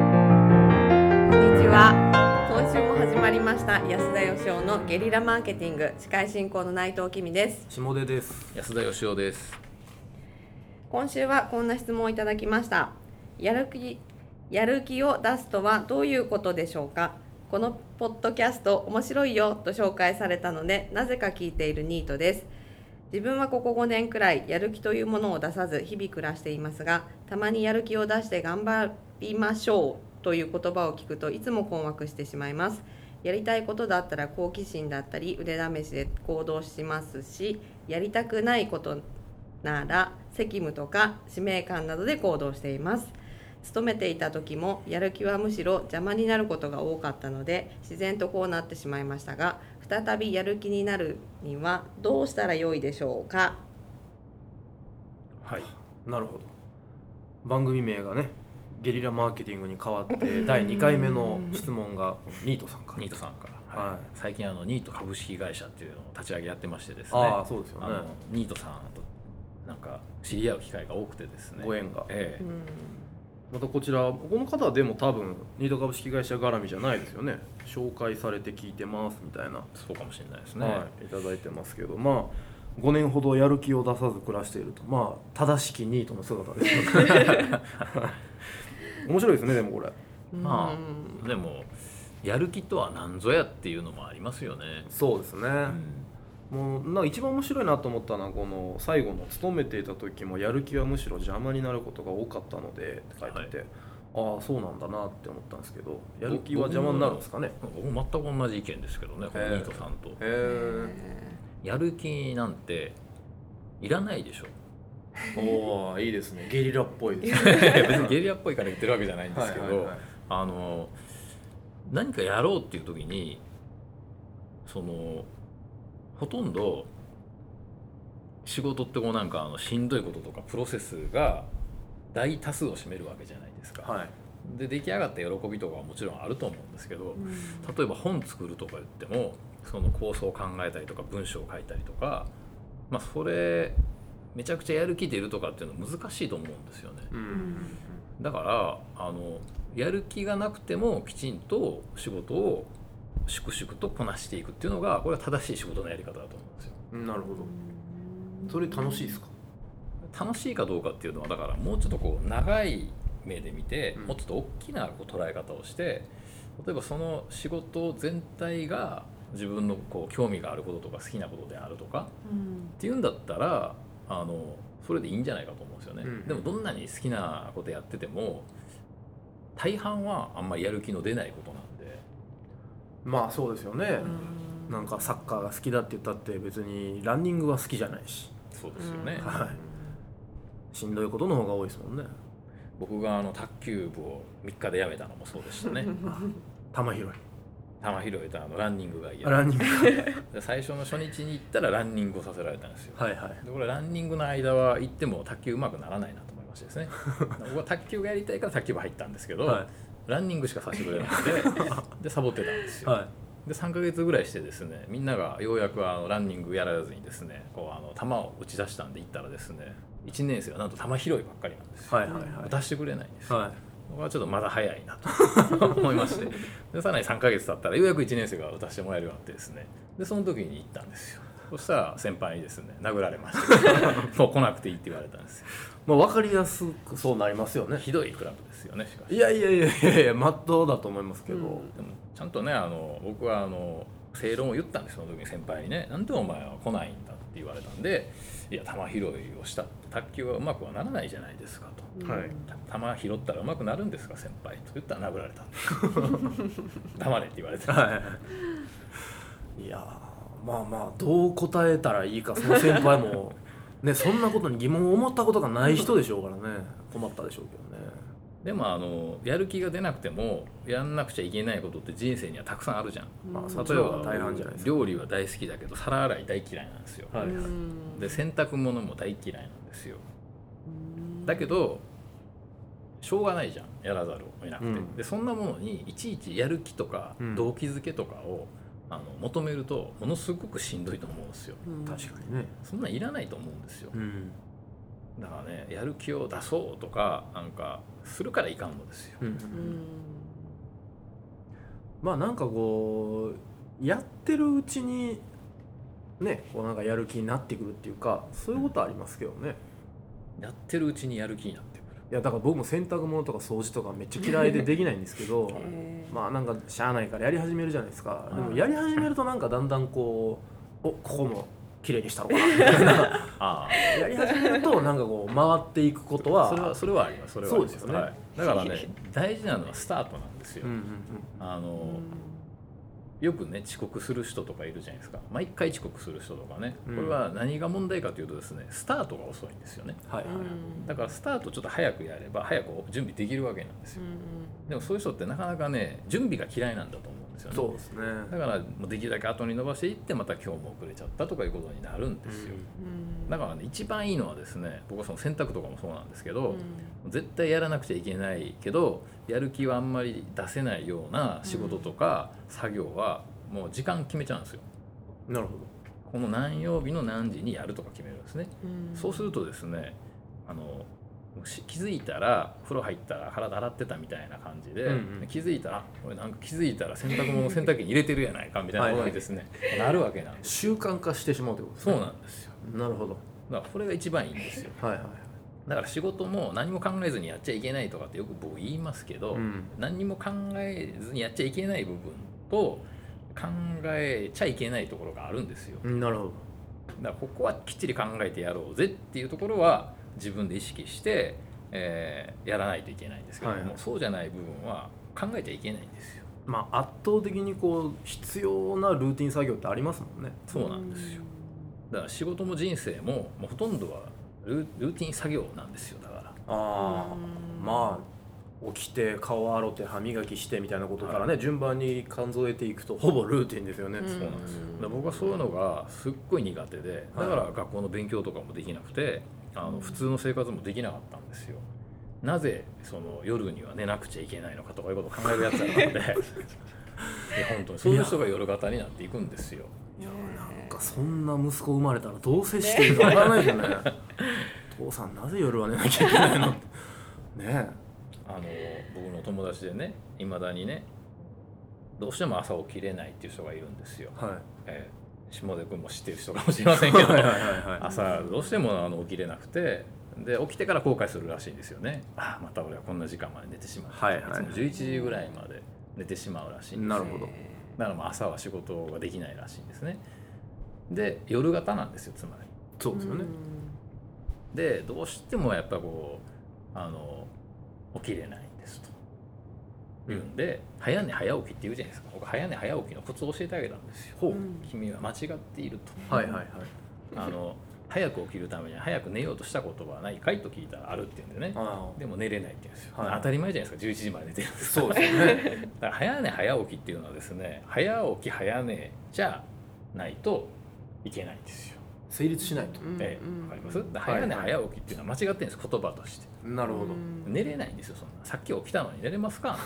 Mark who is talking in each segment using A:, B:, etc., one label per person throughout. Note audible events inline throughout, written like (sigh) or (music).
A: こんにちは今週も始まりました安田義生のゲリラマーケティング司会進行の内藤きみです
B: 下出です
C: 安田義雄です。
A: 今週はこんな質問をいただきましたやる気やる気を出すとはどういうことでしょうかこのポッドキャスト面白いよと紹介されたのでなぜか聞いているニートです自分はここ5年くらいやる気というものを出さず日々暮らしていますがたまにやる気を出して頑張りましょうという言葉を聞くといつも困惑してしまいますやりたいことだったら好奇心だったり腕試しで行動しますしやりたくないことなら責務とか使命感などで行動しています勤めていた時もやる気はむしろ邪魔になることが多かったので自然とこうなってしまいましたが再びやる気になるにはどうしたらよいでしょうか
B: はいなるほど番組名がねゲリラマーケティングに変わって第2回目の質問がニートさんから
C: ニートさんから、
B: はい
C: 最近あのニート株式会社っていうのを立ち上げやってましてですね。
B: ああそうですよね
C: あのニートさんとなんか知り合う機会が多くてですね。
B: ご縁が
C: ええ
B: またこちらこの方でも多分ニート株式会社絡みじゃないですよね紹介されて聞いてますみたいな、
C: そうかもしれないですね。
B: はいいただいてますけどまあ5年ほどやる気を出さず暮らしているとまあ正しきニートの姿ですよね (laughs) 面白いですねでもこれ
A: うん
C: まあでもやる気とは何ぞやっていうのもありますよね。
B: そうです
C: う
B: ね、
C: ん
B: もうなんか一番面白いなと思ったのはこの最後の「勤めていた時もやる気はむしろ邪魔になることが多かったので」って書いてて、ああそうなんだなって思ったんですけどやる気は邪魔になるんですかね
C: 僕も全く同じ意見ですけどね、このニートさんと。
B: へえ
C: やる気なんていらないでしょ。
B: おーいいですねゲリラっぽいです
C: 別 (laughs) にゲリラっぽいから言ってるわけじゃないんですけど。あの何かやろうっていう時にそのほとんど仕事ってこうなんかあのしんどいこととかプロセスが大多数を占めるわけじゃないですか。
B: はい
C: で出来上がった喜びとかはもちろんあると思うんですけど
A: うん
C: 例えば本作るとか言ってもその構想を考えたりとか文章を書いたりとか、まあ、それめちゃくちゃやる気出るとかっていうの難しいと思うんですよね。
B: うん
A: ん
C: だからあのやる気がなくてもきちんと仕事を粛々とこなしていくっていうのがこれは正しい仕事のやり方だと思うんですよ。
B: うんなるほどそれ楽しいですか
C: 楽しいかどうかっていうのはだからもうちょっとこう長い目で見て、
B: うん
C: もうちょっと大きなこう捉え方をして例えばその仕事全体が自分のこう興味があることとか好きなことであるとか
A: うん
C: っていうんだったらあのそれでいいんじゃないかと思うんですよね、
B: うん
C: でもどんなに好きなことやってても大半はあんまりやる気の出ないことなんで
B: まあそうですよ
A: う
B: ね
A: ん
B: なんかサッカーが好きだって言ったって別にランニングは好きじゃないし
C: そうですよね、
B: はいしんどいことの方が多いですもんね
C: 僕があの卓球部を3日でやめたのもそうでした (laughs) ね
B: 玉拾い
C: 球拾えたあのランニングが嫌
B: あラン (laughs) ニング
C: で最初の初日に行ったらランニングをさせられたんですよ、
B: はいはい
C: でこれランニングの間は行っても卓球うまくならないなと思いましてです (laughs) ね僕は卓球がやりたいから卓球部入ったんですけど、
B: は
C: ランニングしかさせてくれな (laughs) くてでサボってたんです
B: い
C: よ、
B: はい
C: で3ヶ月ぐらいしてですねみんながようやくあのランニングやらずにですねこうあの球を打ち出したんで行ったらですね1年生はなんと球拾いばっかりなんですよ、
B: はいはいはい
C: 出してくれないんですよ、
B: は
C: 僕はちょっとまだ早いな
B: (laughs)
C: と思いましてでさらに3ヶ月経ったらようやく1年生が打たせてもらえるようになってですねでその時に行ったんですよそしたら先輩にですね殴られました
B: (laughs)
C: もう来なくていいって言われたんですよ
B: い、まあ、分かりやすくそうなりますよね
C: ひどいクラブですよねしかし
B: いやいやいやいやいやまっとうだと思いますけど、
A: うん
C: でもちゃんとねあの僕はあの正論を言ったんですその時に先輩にね「なんでお前は来ないんだ」って言われたんで「いや球拾いをしたって卓球はうまくはならないじゃないですか」と
A: うん
B: はい
C: 「球拾ったらうまくなるんですか先輩」と言ったら殴られたんです黙れって言われて
B: はいいやーまあまあどう答えたらいいかその先輩も (laughs) ねそんなことに疑問を思ったことがない人でしょうからね困ったでしょうけどね
C: でもあのやる気が出なくてもやんなくちゃいけないことって人生にはたくさんあるじゃん
B: まあ
A: うん
B: そっち
C: 例え
B: の方
C: ば
B: が大半じゃないですか
C: 料理は大好きだけど皿洗い大嫌いなんですよ、
B: はいはい
A: うん
C: で洗濯物も大嫌いなんですよだけどしょうがないじゃんやらざるを得なくて、
B: うん
C: でそんなものにいちいちやる気とか
B: うん
C: 動機づけとかを、あの求めるとものすごくしんどいと思うんですよ
A: うん
B: 確かにね
C: そんなんいらないと思うんですよ
B: うん
C: だからねやる気を出そうとかなんかするからいかんのですよ。
B: うん
A: うん
B: まあなんかこうやってるうちにねこうなんかやる気になってくるっていうかそういうことはありますけどね、
C: やってるうちにやる気になってくる。
B: いやだから僕も洗濯物とか掃除とかめっちゃ嫌いでできないんです
C: (laughs)
B: けど
A: えー
B: まあなんかしゃあないからやり始めるじゃないですか、
C: うん
B: でもやり始めるとなんかだんだんこうおここも綺麗にしたろうかなみ
C: (laughs)
B: たいな
C: あ
B: やり始めるとなんかこう回っていくこと
C: あ
B: は
C: それはそれはあります。それはありま
B: そうですよね
C: はいだからね大事なのはスタートなんですよ。
B: うんうんうん
C: あ
A: う
C: の
A: ん
C: よくね遅刻する人とかいるじゃないですか。毎回遅刻する人とかね。こ
B: うん
C: れは何が問題かというとですねスタートが遅いんですよね。
B: はいはい、
C: だからスタートちょっと早くやれば早く準備できるわけなんですよ。でもそういう人ってなかなかね準備が嫌いなんだと思うんですよね。
B: そうですね
C: だからもうできるだけ後に伸ばしていってまた今日も遅れちゃったとかいうことになるんですよ、だからね一番いいのはですね僕はその洗濯とかもそうなんですけど、絶対やらなくちゃいけないけどやる気はあんまり出せないような仕事とか作業はもう時間決めちゃうんですよ
B: なるほど
C: この何曜日の何時にやるとか決めるんですねそうするとですねあのし気づいたら風呂入ったら体洗ってたみたいな感じで、
B: うんうん
C: 気づいたらあこれなんか気づいたら洗濯物を洗濯機に入れてるやないかみたいなことにですね (laughs) なるわけなんです
B: 習慣化してしまうということです
C: そ
B: ね
C: うなんですよ
B: なるほど
C: だからこれが一番いいんですよ
B: はいはい
C: だから仕事も何も考えずにやっちゃいけないとかってよく僕言いますけど、
B: うん
C: 何にも考えずにやっちゃいけない部分と考えちゃいけないところがあるんですよ
B: うんなるほど
C: だからここはきっちり考えてやろうぜっていうところは自分で意識して、えーやらないといけないんですけども、
B: はいはい
C: そうじゃない部分は考えちゃいけないんですよ
B: まあ圧倒的にこう必要なルーティン作業ってありますもんね
C: そうなんですよだから仕事も人生ももうほとんどはルールーティン作業なんですよだから
B: あ
A: うん
B: あまあ起きて顔洗って歯磨きしてみたいなことからね、順番に数えていくとほぼルーティンですよね、
A: うん
C: そうなんですよだから僕はそういうのがすっごい苦手でだから学校の勉強とかもできなくてあの普通の生活もできなかったんですよなぜその夜には寝なくちゃいけないのかとかいうことを考えるやつなのでいや本当にそういう人が夜型になっていくんですよ
B: い
A: い
B: や
A: や
B: な
A: ー
B: んかそんな息子生まれたらどう接していいかわからないですよね (laughs) 父さんなぜ夜は寝なきゃいけないのってね
C: あの僕の友達でねいまだにねどうしても朝起きれないっていう人がいるんですよ
B: え、はい
C: えー下出君も知ってる人かもしれませんけど
B: はいはいはいはい
C: 朝どうしてもあの起きれなくてで起きてから後悔するらしいんですよねああまた俺はこんな時間まで寝てしまった、
B: はいはい
C: つも11時ぐらいまで寝てしまうらしいんです
B: なるほど
C: だからもう朝は仕事ができないらしいんですねで夜型なんですよつまり
B: そうですよね、
C: でどうしてもやっぱこうあの起きれないんですと言うんで、早寝早起きって言うじゃないですか僕早寝早起きのコツを教えてあげたんですよ、
A: うん
C: 君は間違っていると
B: はいはいはい
C: あの早く起きるためには早く寝ようとしたことはないかいと聞いたらあるって言うんでね
B: あ
C: でも寝れないって言うんですよ、
B: はい
C: 当たり前じゃないですか11時まで寝てるんです
B: そうですよ (laughs) ね
C: (laughs) だから早寝早起きっていうのはですね早起き早寝じゃないといけないんですよ、
B: 成立しないと、
C: ええわかりますだから
B: はい
C: 早寝早起きっていうのは間違ってるんです言葉として
B: なるほど、
C: 寝れないんですよそんなさっき起きたのに寝れます
B: (laughs)
C: か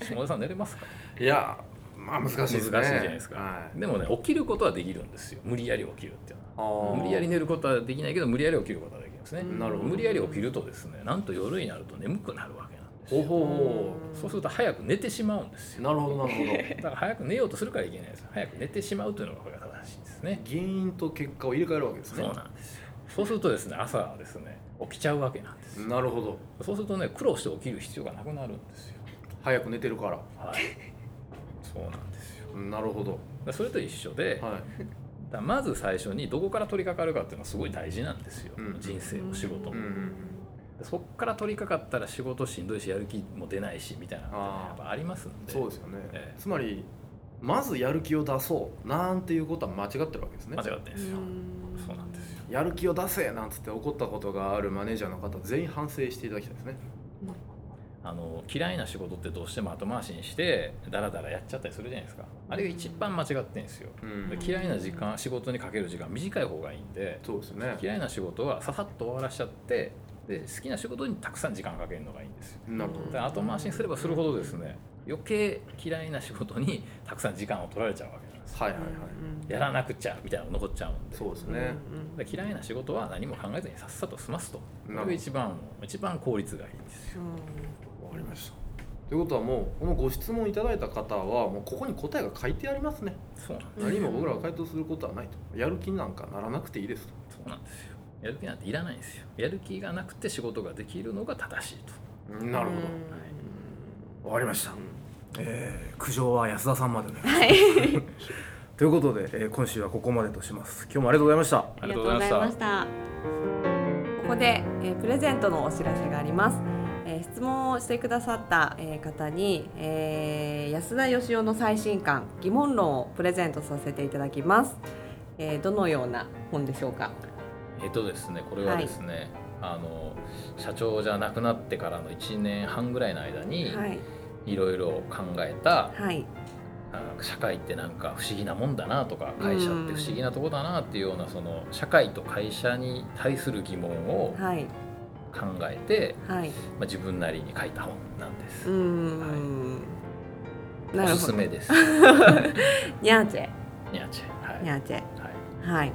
C: 下田さん寝れますか
B: いやまあ難しいで
C: 難しいじ
B: すね
C: ゃないですか、
B: はい
C: でもね起きることはできるんですよ無理やり起きるっていうのは
B: あー
C: 無理やり寝ることはできないけど無理やり起きることはできますね、
B: なるほど
C: 無理やり起きるとですねなんと夜になると眠くなるわけなんです
B: ほう
C: よ
B: ほうほ
C: そうすると早く寝てしまうんです
B: う
C: よ
B: なるほどなるほ
C: だ
B: ど
C: から早く寝ようとするからいけないです早く寝てしまうというのがこれが正しいんですね
B: 原因と結果を入れ替えるわけです
C: そう
B: ね
C: なんですよそうするとですね朝はですね起きちゃうわけなんですよ
B: なるほど
C: そうするとね苦労して起きる必要がなくなるんですよ
B: 早く寝てるから
C: はいそうなんですよだか
B: なるほど
C: らそれと一緒で、
B: は
C: だからまず最初にどこから取り掛かるかっていうのはすごい大事なんですよ、
B: うん
C: 人生も仕事も、
B: うん
C: でそこから取り掛かったら仕事しんどいしやる気も出ないしみたいなのってね
B: あー
C: やっぱありますん
B: い
C: で
B: そうですよね、
C: ええ
B: つまりまずやる気を出そうなんていうことは間違ってるわけですね
C: 間違ってんですよ、そうなんですすよ
B: やる気を出せなんつって怒ったことがあるマネージャーの方全員反省していただきたいですね
C: あの嫌いな仕事ってどうしても後回しにしてダラダラやっちゃったりするじゃないですかあれが一番間違ってんですよ、
B: うん
C: で嫌いな時間仕事にかける時間短い方がいいんで
B: そうですよね
C: 嫌いな仕事はささっと終わらしちゃってで好きな仕事にたくさん時間かけるのがいいんですよ
B: なるほ
C: だから後回しにすればするほどですね余計嫌いな仕事にたくさん時間を取られちゃうわけなんですよですよ
B: はいはいはい、
C: やらなくちゃみたいなのが残っちゃうんで
B: そうです
A: うんうん
B: ね、
A: うん
C: で嫌いな仕事は何も考えずにさっさと済ますとこ
B: な
C: れ
B: るほ
C: が
B: ど
C: 一番一番効率がいいんですよ
B: わかりましたということはもうこのご質問いただいた方はもうここに答えが書いてありますね
C: そうなんです
B: 何も僕らが回答することはないとやる気なんかならなくていいですと
C: そうなんですよやる気なんていらないんですよやる気がなくて仕事ができるのが正しいと
B: なるほどわかりました、えー苦情は安田さんまでね
A: うんはい
B: (laughs) ということで、えー今週はここまでとします今日もありがとうございました
A: ありがとうございました。ここで、えープレゼントのお知らせがあります。えー質問をしてくださった、えー方に、えー安田義雄の最新刊疑問論をプレゼントさせていただきます。えーどのような本でしょうか。
C: えっとですねこれはですね、あの社長じゃなくなってからの1年半ぐらいの間に
A: はい
C: いろいろ考えた、
A: はい
C: あ社会ってなんか不思議なもんだなとか会社って不思議なとこだなっていうようなその社会と会社に対する疑問を
A: はい
C: 考えて、
A: はい。
C: まあ、自分なりに書いた本なんで
A: うー
C: す。
A: ん。な
C: お
A: る
C: す
A: ほ
C: す
A: ど。
C: めです。
A: ニャーチェ
C: ニャーチェ。はい。
A: ニャーチェ。
C: はい
A: はい。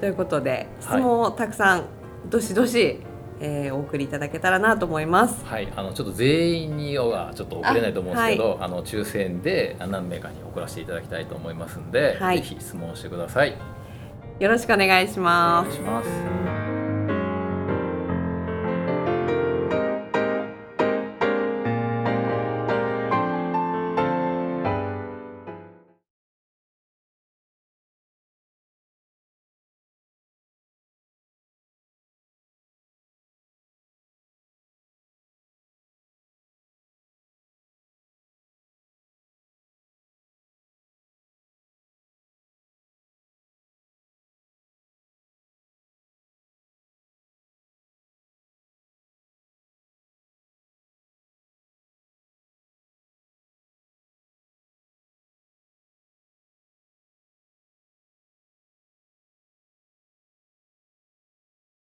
A: ということで質問をたくさん、どしどし、えーお送りいただけたらなと思います。
C: はい、あのちょっと全員にはちょっと送れないと思うんですけど、あ,、の抽選で何名かに送らせていただきたいと思いますんで、
A: はい
C: ぜひ質問してください。
A: よろしくお願いしま
C: お願い
A: す。
C: します。